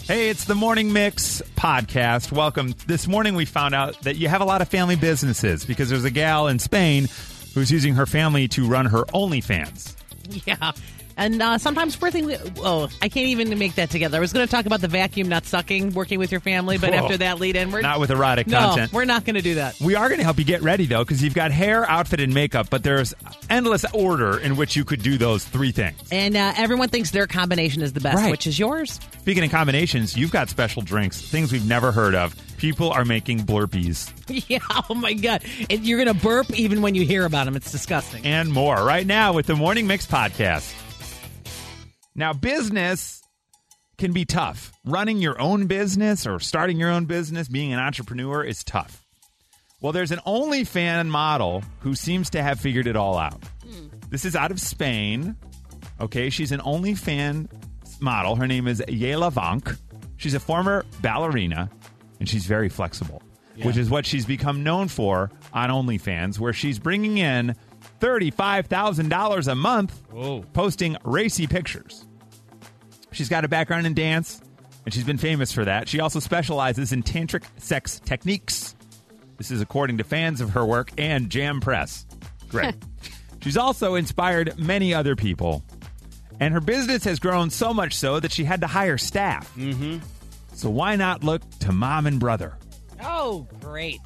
Hey, it's the Morning Mix podcast. Welcome. This morning we found out that you have a lot of family businesses because there's a gal in Spain who's using her family to run her OnlyFans. Yeah. And uh, sometimes working with, oh, I can't even make that together. I was going to talk about the vacuum not sucking, working with your family, but Whoa. after that lead in, we're Not with erotic no, content. we're not going to do that. We are going to help you get ready though because you've got hair, outfit and makeup, but there's endless order in which you could do those three things. And uh, everyone thinks their combination is the best, Right. which is yours. Speaking of combinations, you've got special drinks, things we've never heard of. People are making blurpees yeah. Oh my god, and you're going to burp even when you hear about them. It's disgusting. and more right now with the Morning Mix podcast. Now, business can be tough. Running your own business or starting your own business, being an entrepreneur is tough. Well, there's an OnlyFan model who seems to have figured it all out. This is out of Spain. Okay, she's an OnlyFan model. Her name is Yela Vank. She's a former ballerina, and she's very flexible, which is what she's become known for on OnlyFans, where she's bringing in thirty-five thousand dollars a month, posting racy pictures. She's got a background in dance, and she's been famous for that. She also specializes in tantric sex techniques. This is according to fans of her work and Jam Press. Great. She's also inspired many other people, and her business has grown so much so that she had to hire staff. Mm-hmm. So why not look to mom and brother? Oh, great.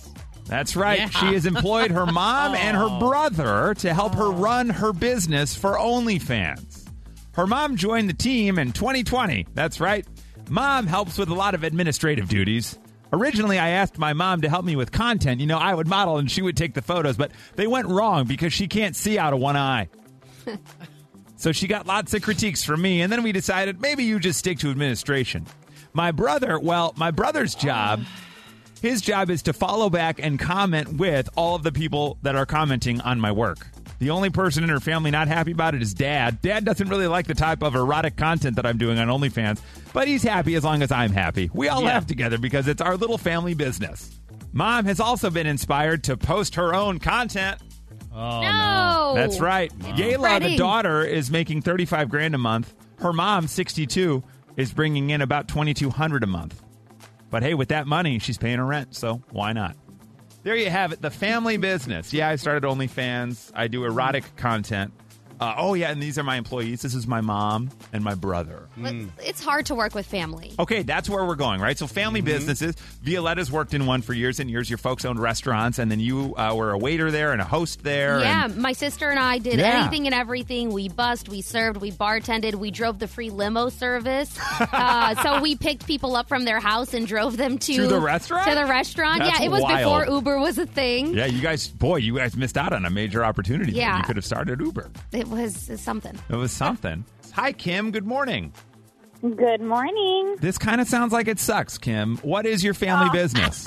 That's right. Yeah. She has employed her mom and her brother to help her run her business for OnlyFans. Her mom joined the team in 2020. That's right. Mom helps with a lot of administrative duties. Originally, I asked my mom to help me with content. You know, I would model and she would take the photos, but they went wrong because she can't see out of one eye. So she got lots of critiques from me, and then we decided maybe you just stick to administration. My brother, well, my brother's job, his job is to follow back and comment with all of the people that are commenting on my work. The only person in her family not happy about it is dad. Dad doesn't really like the type of erotic content that I'm doing on OnlyFans, but he's happy as long as I'm happy. We all Yeah. laugh together because it's our little family business. Mom has also been inspired to post her own content. no. Oh, That's right. Yayla, the Spreading. daughter, is making thirty-five grand a month. Her mom, sixty-two, is bringing in about twenty-two hundred a month. But hey, with that money, she's paying her rent, so why not? There you have it, the family business. Yeah, I started OnlyFans. I do erotic content. Uh, oh yeah, and these are my employees. This is my mom and my brother. But It's hard to work with family. Okay, that's where we're going, right? So family businesses. Violetta's worked in one for years and years. Your folks owned restaurants, and then you uh, were a waiter there and a host there. Yeah, and- my sister and I did Yeah. anything and everything. We bussed, we served, we bartended, we drove the free limo service. uh, so we picked people up from their house and drove them to, To the restaurant? To the restaurant. That's yeah, it was wild. before Uber was a thing. Yeah, you guys, boy, you guys missed out on a major opportunity. there. Yeah. You could have started Uber. It was something. It was something. Hi, Kim. Good morning. Good morning. This kind of sounds like it sucks, Kim. What is your family business?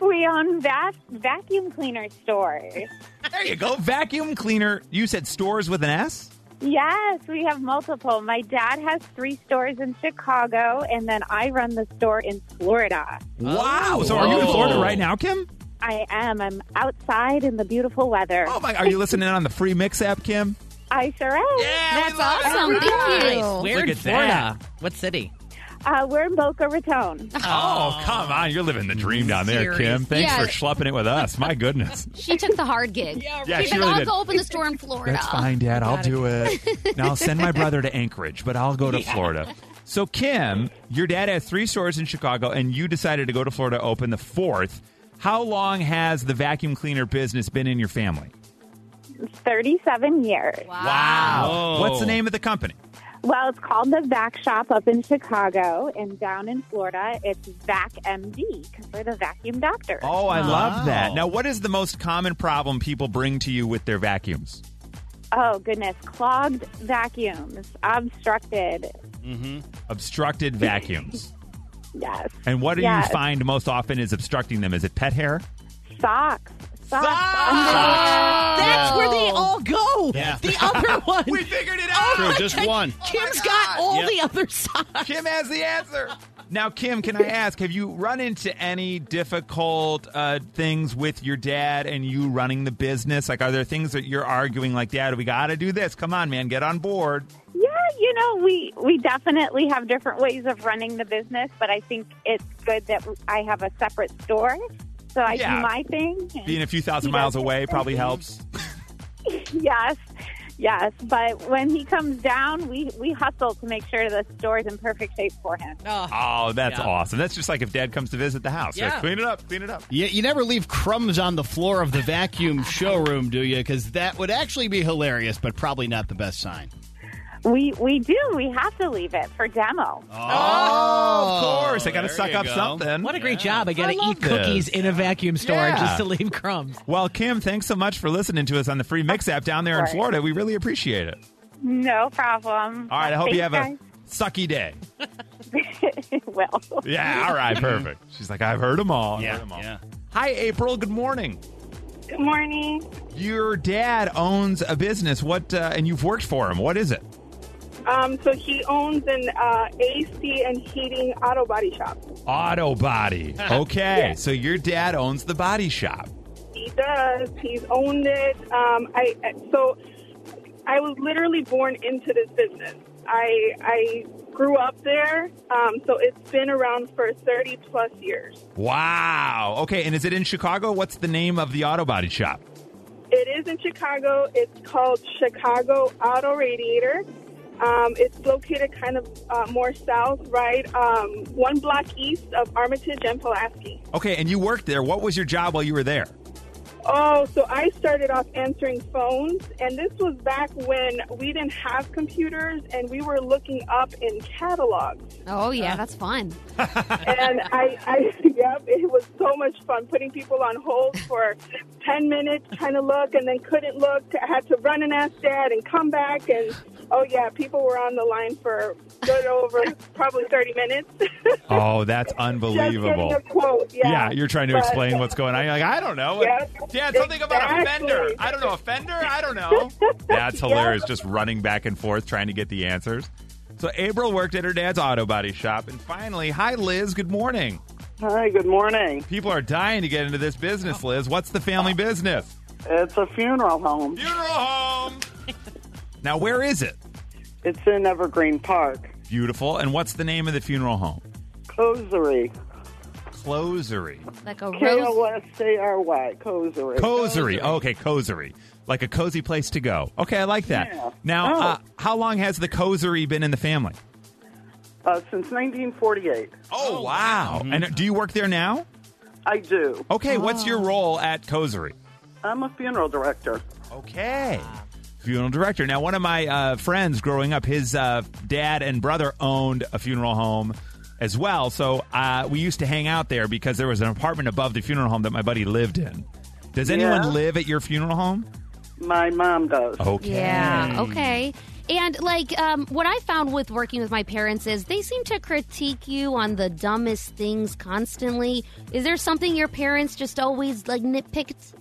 We own vac- vacuum cleaner stores. there you go. Vacuum cleaner. You said stores with an S? Yes, we have multiple. My dad has three stores in Chicago, and then I run the store in Florida. Oh. wow. So are you in Whoa. Florida right now, Kim? I am. I'm outside in the beautiful weather. Oh, my. Are you listening on the free mix app, Kim? I sure am. Yeah. we That's love it. awesome. Thank you. Nice. Where Look in at Florida? that. What city? Uh, we're in Boca Raton. Oh, come on. You're living the dream down there, Kim. Thanks Yeah. for schlepping it with us. My goodness. She took the hard gig. Yeah, She's she like, really I'll did. go open the store in Florida. That's fine, Dad. I'll do it. now I'll send my brother to Anchorage, but I'll go to Florida. So, Kim, your dad has three stores in Chicago, and you decided to go to Florida to open the fourth. How long has the vacuum cleaner business been in your family? 37 years. Wow. Wow. What's the name of the company? Well, it's called the Vac Shop up in Chicago, and down in Florida, it's Vac MD because we're the vacuum doctors. Oh, I love that. Wow. Now, what is the most common problem people bring to you with their vacuums? Oh, goodness. Clogged vacuums, obstructed. Obstructed vacuums. Yes. And what do Yes. you find most often is obstructing them? Is it pet hair? Socks. Socks. Oh, That's where they all go. Yeah. The other one. figured it out. True, just one. Kim's got all Yep. the other side. Kim has the answer. Now, Kim, can I ask, have you run into any difficult uh, things with your dad and you running the business? Like, are there things that you're arguing, like, Dad, we got to do this? Come on, man, get on board. Yeah, you know, we we definitely have different ways of running the business, but I think it's good that I have a separate store, so I Yeah. do my thing. and- Being a few thousand He does miles away his probably thing. helps. Yes, yes. But when he comes down, we we hustle to make sure the store's in perfect shape for him. Oh, Oh, that's Yeah. awesome. That's just like if dad comes to visit the house. Like, Yeah. clean it up, clean it up. You, you never leave crumbs on the floor of the vacuum showroom, do you? Because that would actually be hilarious, but probably not the best sign. We we do. We have to leave it for demo. Oh, of course. I got to there suck you up go. something. what a great job. I got I to love eat cookies this. in a vacuum store Yeah. just to leave crumbs. Well, Kim, thanks so much for listening to us on the free mix app down there in Of course. Florida. We really appreciate it. No problem. All right, I hope you have a Thanks, sucky day. guys. well. Yeah, all right, perfect. She's like, I've heard them all. I've Yeah, heard 'em all. yeah. Hi, April. Good morning. Good morning. Your dad owns a business. What? Uh, and you've worked for him. What is it? Um, so he owns an uh, AC and heating auto body shop. Auto Body. Okay, so your dad owns the body shop. He does. He's owned it. Um, I so I was literally born into this business. I I grew up there, um, so it's been around for thirty plus years. Wow. Okay, and is it in Chicago? What's the name of the auto body shop? It is in Chicago. It's called Chicago Auto Radiator. Um, it's located kind of uh, more south, right, um, one block east of Armitage and Pulaski. Okay, and you worked there. What was your job while you were there? Oh, so I started off answering phones, and this was back when we didn't have computers and we were looking up in catalogs. Oh, yeah, that's fun. and I, I, yep, it was so much fun putting people on hold for 10 minutes, trying to look, and then couldn't look. I had to run and ask dad and come back. And oh, yeah, people were on the line for good over probably 30 minutes. Oh, that's Just getting unbelievable. a quote. Yeah, Yeah, you're trying to But- explain what's going on. You're like, I don't know. Yeah, Dad, something about a exactly. fender. I don't know, a fender? I don't know. That's Yeah. hilarious. Just running back and forth trying to get the answers. So April worked at her dad's auto body shop. And finally, hi Liz, good morning. Hi, good morning. People are dying to get into this business, Liz. What's the family business? It's a funeral home. Funeral home. Now, where is it? It's in Evergreen Park. Beautiful. And what's the name of the funeral home? Cosery. Closery. Like a K O rose. S A R Y. Cosery. Cosery. Okay, cosery. Like a cozy place to go. Okay, I like that. Yeah. Now, Oh. uh, how long has the cosery been in the family? Uh, since 1948. Oh, wow. And do you work there now? I do. Okay, what's your role at cosery? I'm a funeral director. Okay. Funeral director. Now, one of my uh, friends growing up, his uh, dad and brother owned a funeral home as well. So uh, we used to hang out there because there was an apartment above the funeral home that my buddy lived in. Does anyone Yeah. live at your funeral home? My mom does. Okay. Yeah, okay. And like um, what I found with working with my parents is they seem to critique you on the dumbest things constantly. Is there something your parents just always like nitpicked?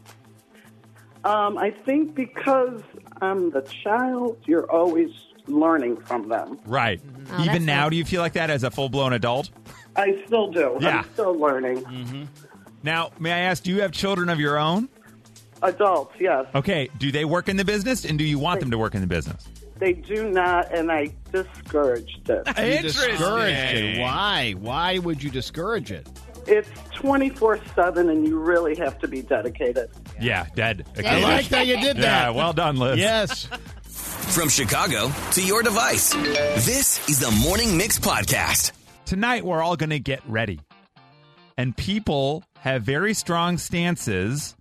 Oh. Um, I think because I'm the child, you're always learning from them. Right. Oh, that's Even now, nice. do you feel like that as a full blown adult? I still do. Yeah. Mm. I'm still learning. Now, may I ask, do you have children of your own? Adults, yes. Okay. Do they work in the business and do you want them to work in the business? They do not, and I discouraged it. You discouraged it. Why? Why would you discourage it? it's 24 7, and you really have to be dedicated. Yeah, dead. I Yeah. like that you did Yeah, that. well done, Liz. yes. From Chicago to your device, this is the Morning Mix Podcast. Tonight, we're all going to get ready. And people have very strong stances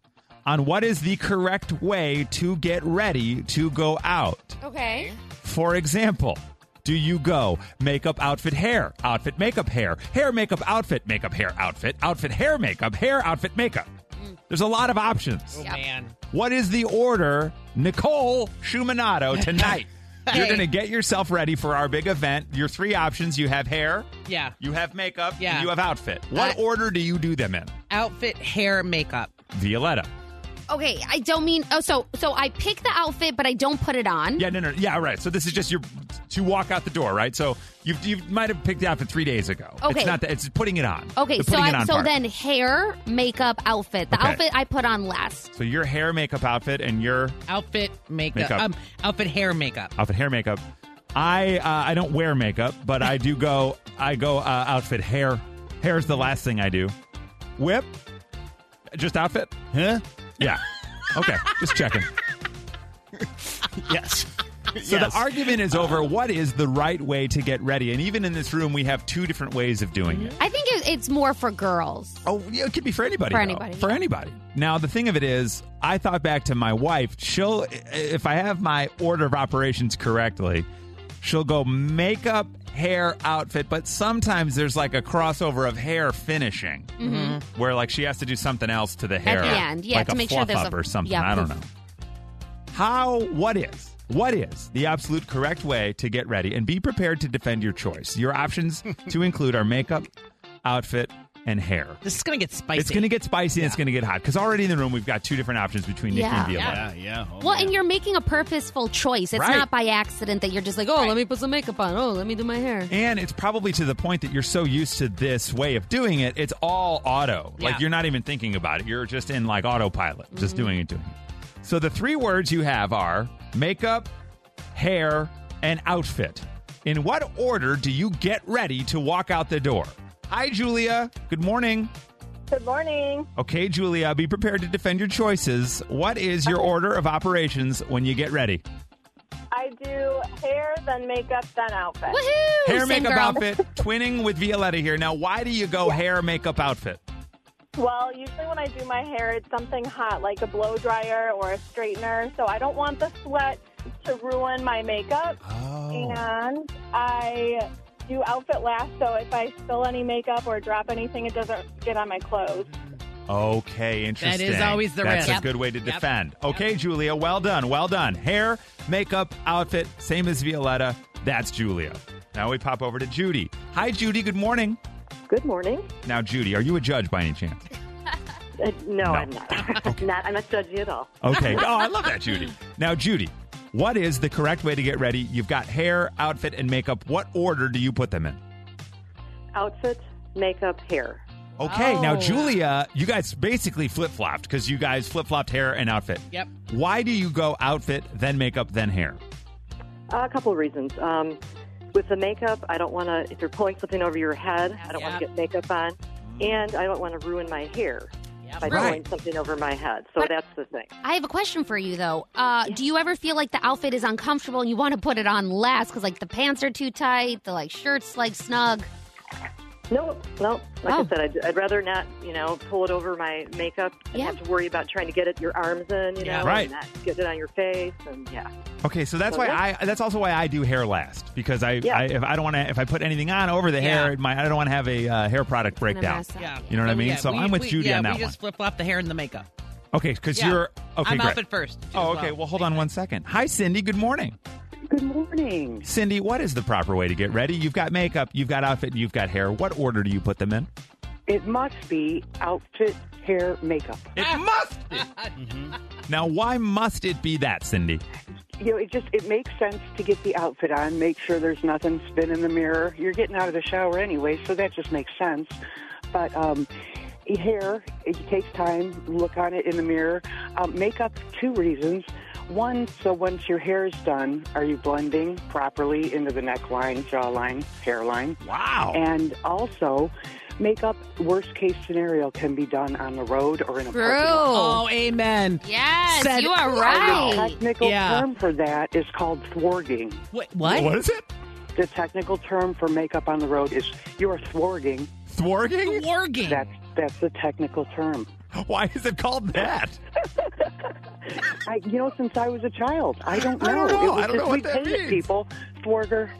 on what is the correct way to get ready to go out. Okay. For example, do you go makeup, outfit, hair, outfit, makeup, hair, hair, makeup, outfit, makeup, hair, outfit, outfit, hair, makeup, hair, outfit, makeup? There's a lot of options. Yep. Man. What is the order, Nicole Schumanado, tonight? You're going to get yourself ready for our big event. Your three options you have hair, Yeah. you have makeup, Yeah. and you have outfit. What I- order do you do them in? Outfit, hair, makeup. Violetta. Okay, I don't mean oh so so I pick the outfit but I don't put it on. Yeah, no, no, yeah, right. So this is just your to walk out the door, right? So you you might have picked it out for three days ago. Okay. it's not that it's putting it on. Okay, The so putting it I, on so part. then hair, makeup, outfit. The Okay. outfit I put on last. so your hair makeup outfit and your Outfit, makeup. Makeup. Um, outfit, hair, makeup. outfit hair makeup. I uh, I don't wear makeup, but I do go. I go uh, outfit hair. Hair is the last thing I do. Whip, just outfit. Huh? Yeah. Okay, just checking. Yes. So the argument is over. What is the right way to get ready? And even in this room, we have two different ways of doing it. I think it, it's more for girls. Oh, yeah, it could be for anybody. For though. anybody, For yeah. anybody. Now, the thing of it is, I thought back to my wife. She'll, if I have my order of operations correctly, she'll go makeup, hair, outfit. But sometimes there's like a crossover of hair finishing, where like she has to do something else to the hair Mm-hmm. the end, yeah, like to a make sure fluff there's up a- or something. yeah, I don't poof. know. How? What is? What is the absolute correct way to get ready and be prepared to defend your choice? Your options to include are makeup, outfit, and hair. This is going to get spicy. It's going to get spicy and it's going to get hot because already in the room we've got two different options between Nikki Yeah. and Viola. Yeah, yeah. Oh, Well, yeah. and you're making a purposeful choice. It's Right. not by accident that you're just like, oh, let me put some makeup on. Oh, let me do my hair. And it's probably to the point that you're so used to this way of doing it, it's all auto. Yeah. Like you're not even thinking about it. You're just in like autopilot, just doing it, doing it. So the three words you have are makeup, hair, and outfit. In what order do you get ready to walk out the door? Hi, Julia. Good morning. Good morning. Okay, Julia, be prepared to defend your choices. What is your order of operations when you get ready? I do hair, then makeup, then outfit. Woohoo! hair Same makeup girl. outfit twinning with violetta here now why do you go hair makeup outfit Well, usually when I do my hair, it's something hot, like a blow dryer or a straightener. So I don't want the sweat to ruin my makeup. Oh. Oh. And I do outfit last, so if I spill any makeup or drop anything, it doesn't get on my clothes. Oh, okay interesting always the that's risk. a Yep. good way to Yep. defend okay julia well done well done hair makeup outfit same as violetta that's julia now we pop over to judy hi judy good morning Good morning. now judy are you a judge by any chance Uh, no, I'm not. not. I'm not judging at all. okay oh i love that judy now judy what is the correct way to get ready you've got hair outfit and makeup what order do you put them in Outfit, makeup, hair. Okay, now Oh. Julia, you guys basically flip flopped because you guys flip flopped hair and outfit. Yep. Why do you go outfit, then makeup, then hair? Uh, a couple of reasons. Um, with the makeup, I don't want to. If you're pulling something over your head, I don't want Yeah. Mm-hmm. to get makeup on, and I don't want to ruin my hair by Right. pulling something over my head. So But- that's the thing. I have a question for you though. Uh, Do you ever feel like the outfit is uncomfortable and you want to put it on last because like the pants are too tight, the like shirts like snug? No, no. Like Oh. I said, I'd, I'd rather not. You know, pull it over my makeup and Yeah. have to worry about trying to get it your arms in. You Yeah. know, Right. and not get it on your face, and yeah. Okay, so that's why I that's also why I do hair last because I, Yeah. I if I don't want to if I put anything on over the hair, Yeah. it might, I don't want to have a uh, hair product breakdown. mess up. Yeah. Oh, You know what I mean? Yeah, so we- I'm with we- Judy yeah, on that we one. just flip flop the hair and the makeup. Okay, because Yeah. you're okay. I'm great. outfit first. Oh, okay. Well, hold on one second. Hi, Cindy. Good morning, Good morning. Cindy. What is the proper way to get ready? You've got makeup, you've got outfit, you've got hair. What order do you put them in? It must be outfit, hair, makeup. It must be. Mm-hmm. Now, why must it be that, Cindy? You know, it just it makes sense to get the outfit on, make sure there's nothing spin in the mirror. You're getting out of the shower anyway, so that just makes sense. But um, hair, it takes time. Look on it in the mirror. Um, makeup, two reasons. One, so once your hair is done, are you blending properly into the neckline, jawline, hairline? Wow. And also, makeup, worst case scenario, can be done on the road or in a True. parking lot. Oh, amen. yes, Said- you are The right. technical Yeah. term for that is called thwarting. Wait, what? What is it? The technical term for makeup on the road is you are thwarting. Thwarting? Warging. That's that's the technical term. Why is it called that? I, you know, since I was a child, I don't know. I don't know. It was I don't just know what we that painted means. people thwarter.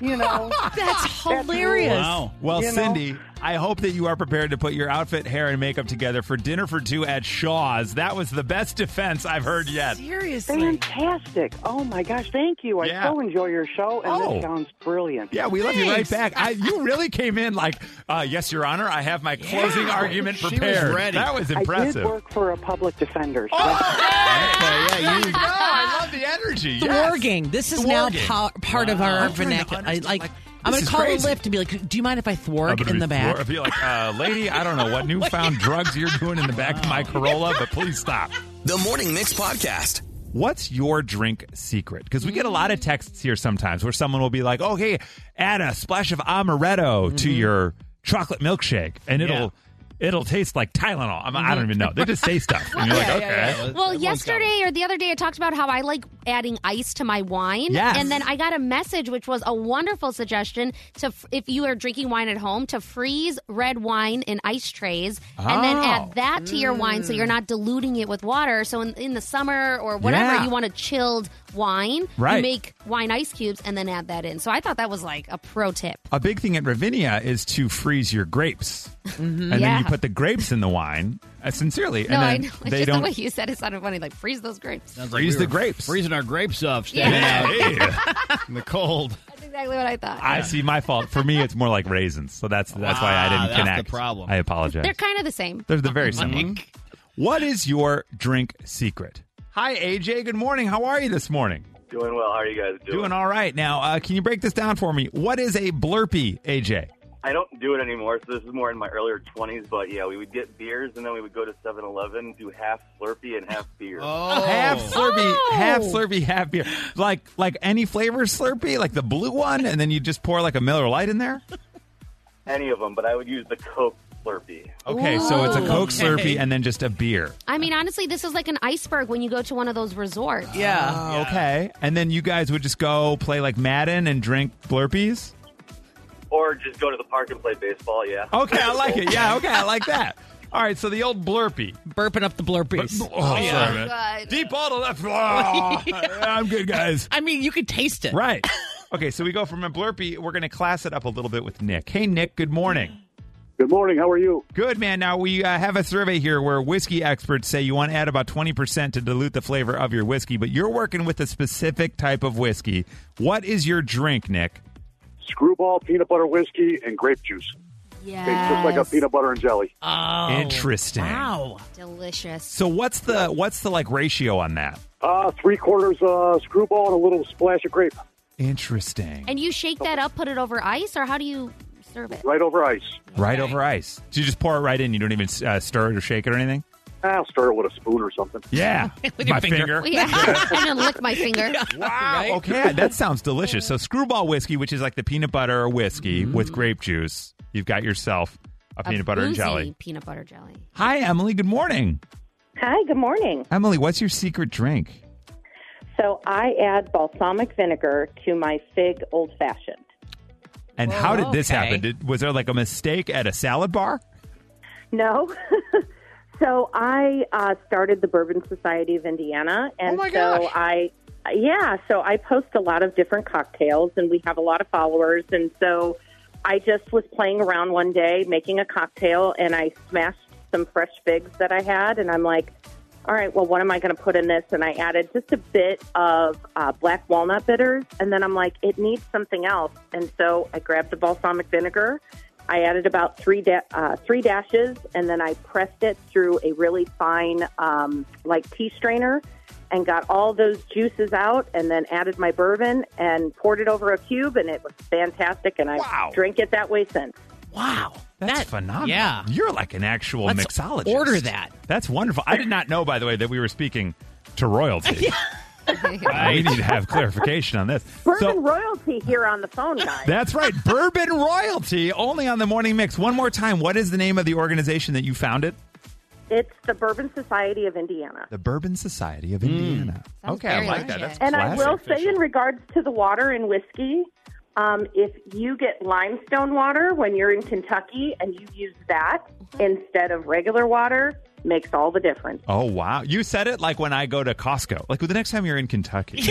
You know, That's hilarious. Wow. Well, You know? Cindy, I hope that you are prepared to put your outfit, hair, and makeup together for dinner for two at Shaw's. That was the best defense I've heard yet. Seriously. fantastic! Oh my gosh, thank you. I Yeah. so enjoy your show, and Oh. this sounds brilliant. Yeah, we love you right Thanks. back. I, you really came in like, uh, yes, Your Honor, I have my closing argument She was prepared. ready. That was I did impressive. work for a public defender. So Okay, yeah, you- No, I love the energy. The yes. warging. This is Thwarging. now pa- part of our I'm trying to vernacular. I, understand, like, like, I'm this going is to call crazy. a lift and be like, "Do you mind if I I'm thwark gonna in be the back?" thwar- I'd be like, uh, lady, I don't know what newfound drugs you're doing in the back of my Corolla, but please stop. The Morning Mix Podcast. What's your drink secret? Because we get a lot of texts here sometimes where someone will be like, "Oh, hey, add a splash of amaretto to Mm-hmm. your chocolate milkshake, and it'll it'll taste like Tylenol." I'm, I Mm-hmm. don't even know. They just say stuff, and you're like, Yeah, "Okay." yeah, yeah. Well, yesterday or the other day, I talked about how I like adding ice to my wine. Yes. And then I got a message, which was a wonderful suggestion to, f- if you are drinking wine at home, to freeze red wine in ice trays and then Oh. Mm. add that to your wine so you're not diluting it with water. So in, in the summer or whatever, Yeah. you want a chilled wine, Right. you make wine ice cubes and then add that in. So I thought that was like a pro tip. A big thing at Ravinia is to freeze your grapes, and Mm-hmm. then you Yeah. put the grapes in the wine. Uh, sincerely, no, I and know. then It's they just don't the way you said it sounded funny. Like, freeze those grapes. Sounds Freeze we the were grapes. Freezing our grapes up, standing Yeah. Yeah. out in the cold. That's exactly what I thought. I see my fault. For me, it's more like raisins, so that's that's why I Ah, didn't that's the connect. problem. I apologize. They're kind of the same. They're the very similar. What is your drink secret? Hi, AJ. Good morning. How are you this morning? Doing well. How are you guys doing? Doing all right. Now, uh, can you break this down for me? What is a blurpee, AJ? I don't do it anymore, so this is more in my earlier 20s, but yeah, we would get beers and then we would go to 7 Eleven, do half Slurpee and half beer. Oh, Half Slurpee, Oh. half Slurpee, half beer. Like like any flavor Slurpee, like the blue one, and then you just pour like a Miller Light in there. Any of them, but I would use the Coke Slurpee. Okay, so it's a Coke Okay. Slurpee and then just a beer. I mean, honestly, this is like an iceberg when you go to one of those resorts. Yeah. Oh, Okay, and then you guys would just go play like Madden and drink Blurpees. Or just go to the park and play baseball, yeah. Okay, I like it. Yeah, okay, I like that. All right, so the old Blurpee. Burping up the blurpies. Oh, sorry, man. God. Deep ball to left. Ah, I'm good, guys. I mean, you could taste it. Right. Okay, so we go from a blurpee. We're going to class it up a little bit with Nick. Hey, Nick, good morning. Good morning. How are you? Good, man. Now, we uh, have a survey here where whiskey experts say you want to add about 20% to dilute the flavor of your whiskey, but you're working with a specific type of whiskey. What is your drink, Nick? Screwball, peanut butter whiskey, and grape juice. Yeah. butter and jelly. Oh, Interesting. Wow. Delicious. So what's the what's the like ratio on that? Uh, three quarters uh, screwball and a little splash of grape Interesting. And you shake that up, put it over ice, or how do you serve it? right over ice. Right over ice. So you just pour it right in. You don't even uh, stir it or shake it or anything. I'll stir it with a spoon or something. Yeah, With your my finger. finger. Yeah. I'm going to lick my finger. Wow. Okay, that sounds delicious. So screwball whiskey, which is like the peanut butter or whiskey with grape juice. You've got yourself a A peanut butter and boozy jelly. Peanut butter jelly. Hi, Emily. Good morning. Hi, good morning. Emily, what's your secret drink? So I add balsamic vinegar to my fig old fashioned. And how did this okay. happen? Did, was there like a mistake at a salad bar? No. so I uh, started the Bourbon Society of Indiana, and Oh my so gosh. I, yeah, so I post a lot of different cocktails, and we have a lot of followers, and so I just was playing around one day making a cocktail, and I smashed some fresh figs that I had, and I'm like. All right, well, what am I going to put in this? And I added just a bit of uh, black walnut bitters. And then I'm like, it needs something else. And so I grabbed the balsamic vinegar I added about three da- uh, three dashes, and then I pressed it through a really fine um, like tea strainer, and got all those juices out, and then added my bourbon and poured it over a cube, and it was fantastic. And I Wow. drink it that way since. Wow. That's That- phenomenal. Yeah. You're like an actual Let's mixologist. order that. That's wonderful. I did not know, by the way, that we were speaking to royalty. We need to have clarification on this. Bourbon So- royalty here on the phone, guys. That's right. Bourbon royalty only on the morning mix. One more time. What is the name of the organization that you founded? it's the Bourbon Society of Indiana. The Bourbon Society of Indiana. Hmm. Sounds okay, I very like that. legit. That's And I classic. will say, in regards to the water and whiskey, um, if you get limestone water when you're in Kentucky and you use that instead of regular water, makes all the difference. Oh wow! You said it like when I go to Costco. Like the next time you're in Kentucky,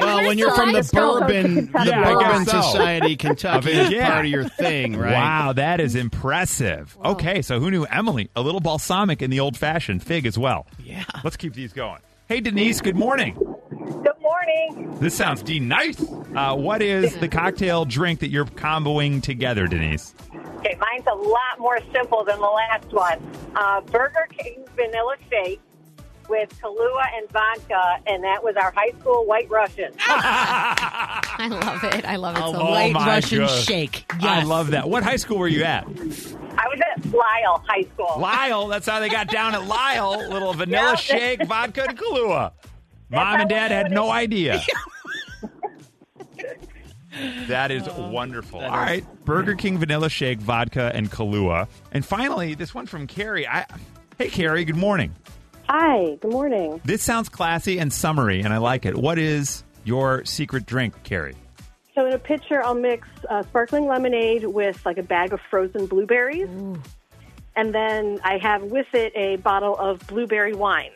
Well, when you're from the Limestone. Bourbon, the Yeah, I Bourbon guess so. Society, Kentucky Of it, is yeah. part of your thing, right? Wow, that is impressive. Okay, so who knew Emily? A little balsamic in the old fashioned fig as well. Yeah. Let's keep these going. Hey Denise, good morning. Good morning. This sounds de nice. Uh, what is the cocktail drink that you're comboing together, Denise? Okay, mine's a lot more simple than the last one. Uh, Burger King vanilla shake with Kahlua and vodka, and that was our high school white Russian. I love it. I love it so A Oh much. white my Russian gosh. shake. Yes. I love that. What high school were you at? I was at Lyle High School. Lyle, that's how they got down at Lyle. Little vanilla Yeah. shake, vodka, and Kahlua. Mom and dad had no idea. Oh, that is wonderful. All right, Burger King vanilla shake, vodka, and Kahlua. And finally, this one from Carrie. I, hey, Carrie, good morning. Hi, good morning. This sounds classy and summery, and I like it. What is your secret drink, Carrie? So in a pitcher, I'll mix uh, sparkling lemonade with like a bag of frozen blueberries, and then I have with it a bottle of blueberry wine.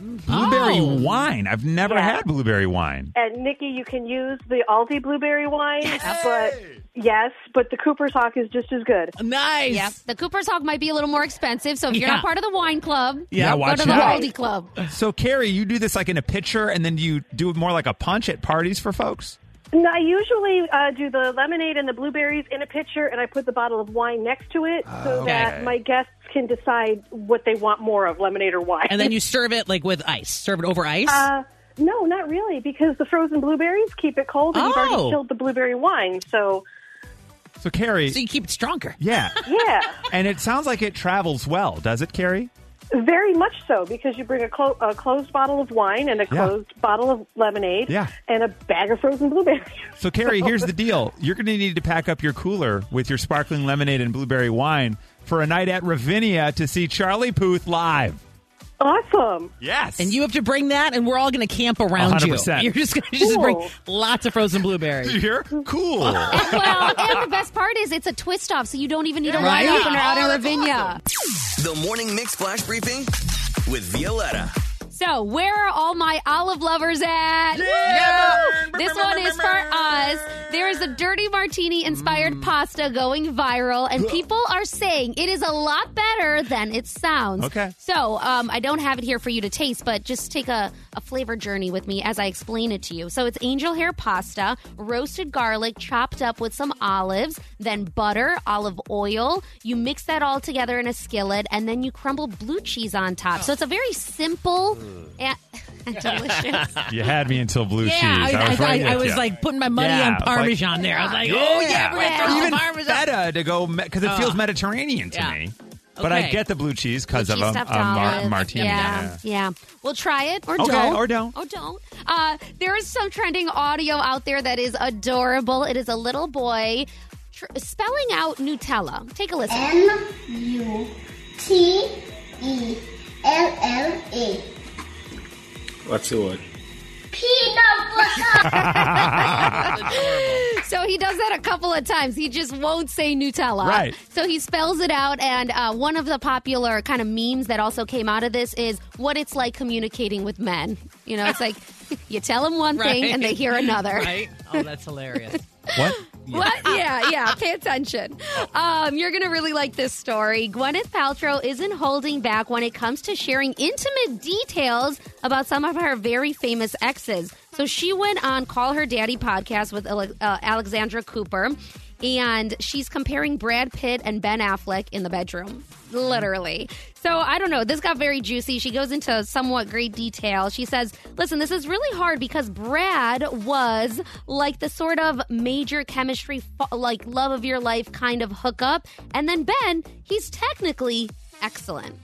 Blueberry wine. I've never had blueberry wine. And Nikki, you can use the Aldi blueberry wine, but yes, but the Cooper's Hawk is just as good. Nice. Yep. The Cooper's Hog might be a little more expensive, so if you're Yeah. not part of the wine club, Yeah, go watch to the out. Aldi Club. So, Carrie, you do this like in a pitcher, and then you do it more like a punch at parties for folks. No, I usually uh, do the lemonade and the blueberries in a pitcher, and I put the bottle of wine next to it so Ah, Okay. that my guests can decide what they want more of, lemonade or wine. And then you serve it like with ice. Serve it over ice. Uh, no, not really, because the frozen blueberries keep it cold, and you've Oh. already chilled the blueberry wine. So, So, Carrie, so you keep it stronger. yeah, yeah, and it sounds like it travels well, does it, Carrie? very much so, because you bring a, clo- a closed bottle of wine and a Yeah. closed bottle of lemonade Yeah. and a bag of frozen blueberries. So, Carrie, here's the deal: you're going to need to pack up your cooler with your sparkling lemonade and blueberry wine for a night at Ravinia to see Charlie Puth live. Awesome. Yes. And you have to bring that, and we're all going to camp around you. 100%. You're just going to just bring Cool. lots of frozen blueberries. Did you hear? Cool. Well, and the best part is it's a twist off, so you don't even need a Right? wine opener out Oh, in that's Ravinia. The Morning Mix Flash Briefing with Violetta. So, where are all my olive lovers at? Yeah! Woo! This one is for us. There is a dirty martini inspired pasta going viral, and people are saying it is a lot better than it sounds. Okay. So, um, I don't have it here for you to taste, but just take a, a flavor journey with me as I explain it to you. So, it's angel hair pasta, roasted garlic chopped up with some olives, then butter, olive oil. You mix that all together in a skillet, and then you crumble blue cheese on top. So, it's a very simple Mm. and, and delicious. You had me until blue Yeah, cheese. I, I was, I, right I, I with was ya. like putting my money Yeah, on like- Parmesan there. I was like, oh yeah, we're gonna throw some even Parmesan. feta to go because it feels Mediterranean to Oh. Yeah. me. But I Okay. get the blue cheese because of a, Cheese stuffed a mar- olive. martini. Yeah, yeah. We'll try it or Okay, don't. or don't. Or Oh, don't. Uh, there is some trending audio out there that is adorable. It is a little boy tr- spelling out Nutella. Take a listen. U T E L L E. A. What's the word? Peanut butter. So he does that a couple of times. He just won't say Nutella. Right. So he spells it out. And uh, one of the popular kind of memes that also came out of this is what it's like communicating with men. You know, it's like you tell them one thing and they hear another. Right? Oh, that's hilarious. What? What? Yeah, yeah. Pay attention. Um, you're gonna really like this story. Gwyneth Paltrow isn't holding back when it comes to sharing intimate details about some of her very famous exes. So she went on Call Her Daddy podcast with Ale- uh, Alexandra Cooper, and she's comparing Brad Pitt and Ben Affleck in the bedroom, literally. So I don't know. This got very juicy. She goes into somewhat great detail. She says, "Listen, this is really hard because Brad was like the sort of major chemistry, fa- like love of your life kind of hookup, and then Ben, he's technically excellent."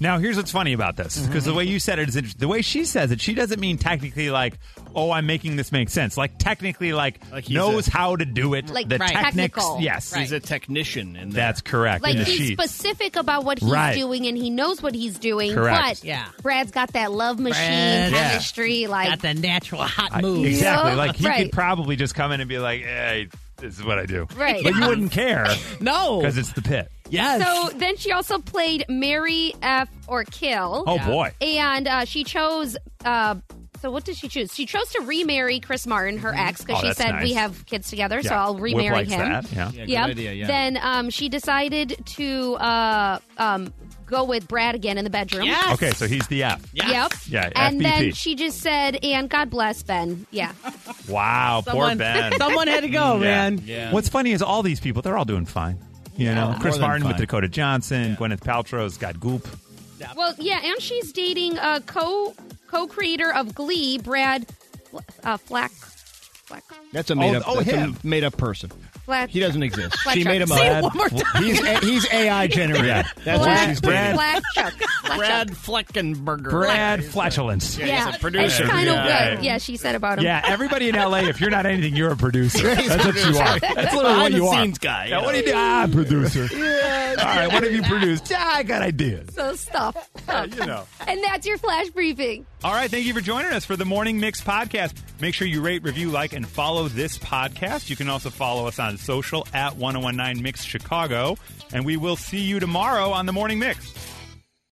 Now, here's what's funny about this because the way you said it is interesting. The way she says it, she doesn't mean technically like, oh, I'm making this make sense. Like, technically, like, Like he's knows a- how to do it. Like, the right. techniques. technical. Yes. He's a technician in there. That's correct. Like Yeah. he's She- specific about what he's Right. doing and he knows what he's doing. Correct. But Yeah. Brad's got that love machine Brad. Yeah. chemistry. Like Got the natural hot I- move. exactly. Yeah. Like, he Right. could probably just come in and be like, hey, this is what I do. Right. But you wouldn't care No. because it's the pit. yes. so then she also played Mary F or Kill. Oh, Yeah. boy. And uh, she chose. Uh, so what did she choose? She chose to remarry Chris Martin, her ex, because Oh, she that's said nice. we have kids together, so Yeah. I'll remarry Whip likes him. That. Yeah. Yeah, Yep. good idea. Yeah. Then um, she decided to uh, um, go with Brad again in the bedroom. Yes. Okay, so he's the F. Yep. Oh, Yeah, E And then FBP. she just said, "And God bless Ben." Yeah. Wow, poor Ben. someone had to go, Yeah. man. Yeah. Oh, What's funny is all these people, they're all doing fine. You know, More Chris than Martin with fine. Dakota Johnson, Gwyneth Paltrow's got Goop. Well, yeah, and she's dating a co co creator of Glee, Brad uh, Flack. Flack. That's a made Oh, up. oh, that's him. a made up person. Flat- He doesn't exist. Flat she Chuck. made him Say it up. one more time. He's a, he's AI generated. Yeah. That's what Brad- she's Brad- doing. Flat Chuck. Flat Brad Chuck. Fleckenberger. Brad Flatulence. Yeah, he's a producer. It's kind of Yeah. what, yeah, she said about him. Yeah, everybody in LA, if you're not anything, you're a producer. He's a That's what you producer. are. That's literally what Behind the you are. scenes guy, you Yeah, what do know. you do? Ah, I'm a producer. All right, what have you produced? Yeah, I got ideas. So stuff. you know. And that's your flash briefing. All right, thank you for joining us for the Morning Mix podcast. Make sure you rate, review, like, and follow this podcast. You can also follow us oh on social at 1019 Mix Chicago. And we will see you tomorrow on the Morning Mix.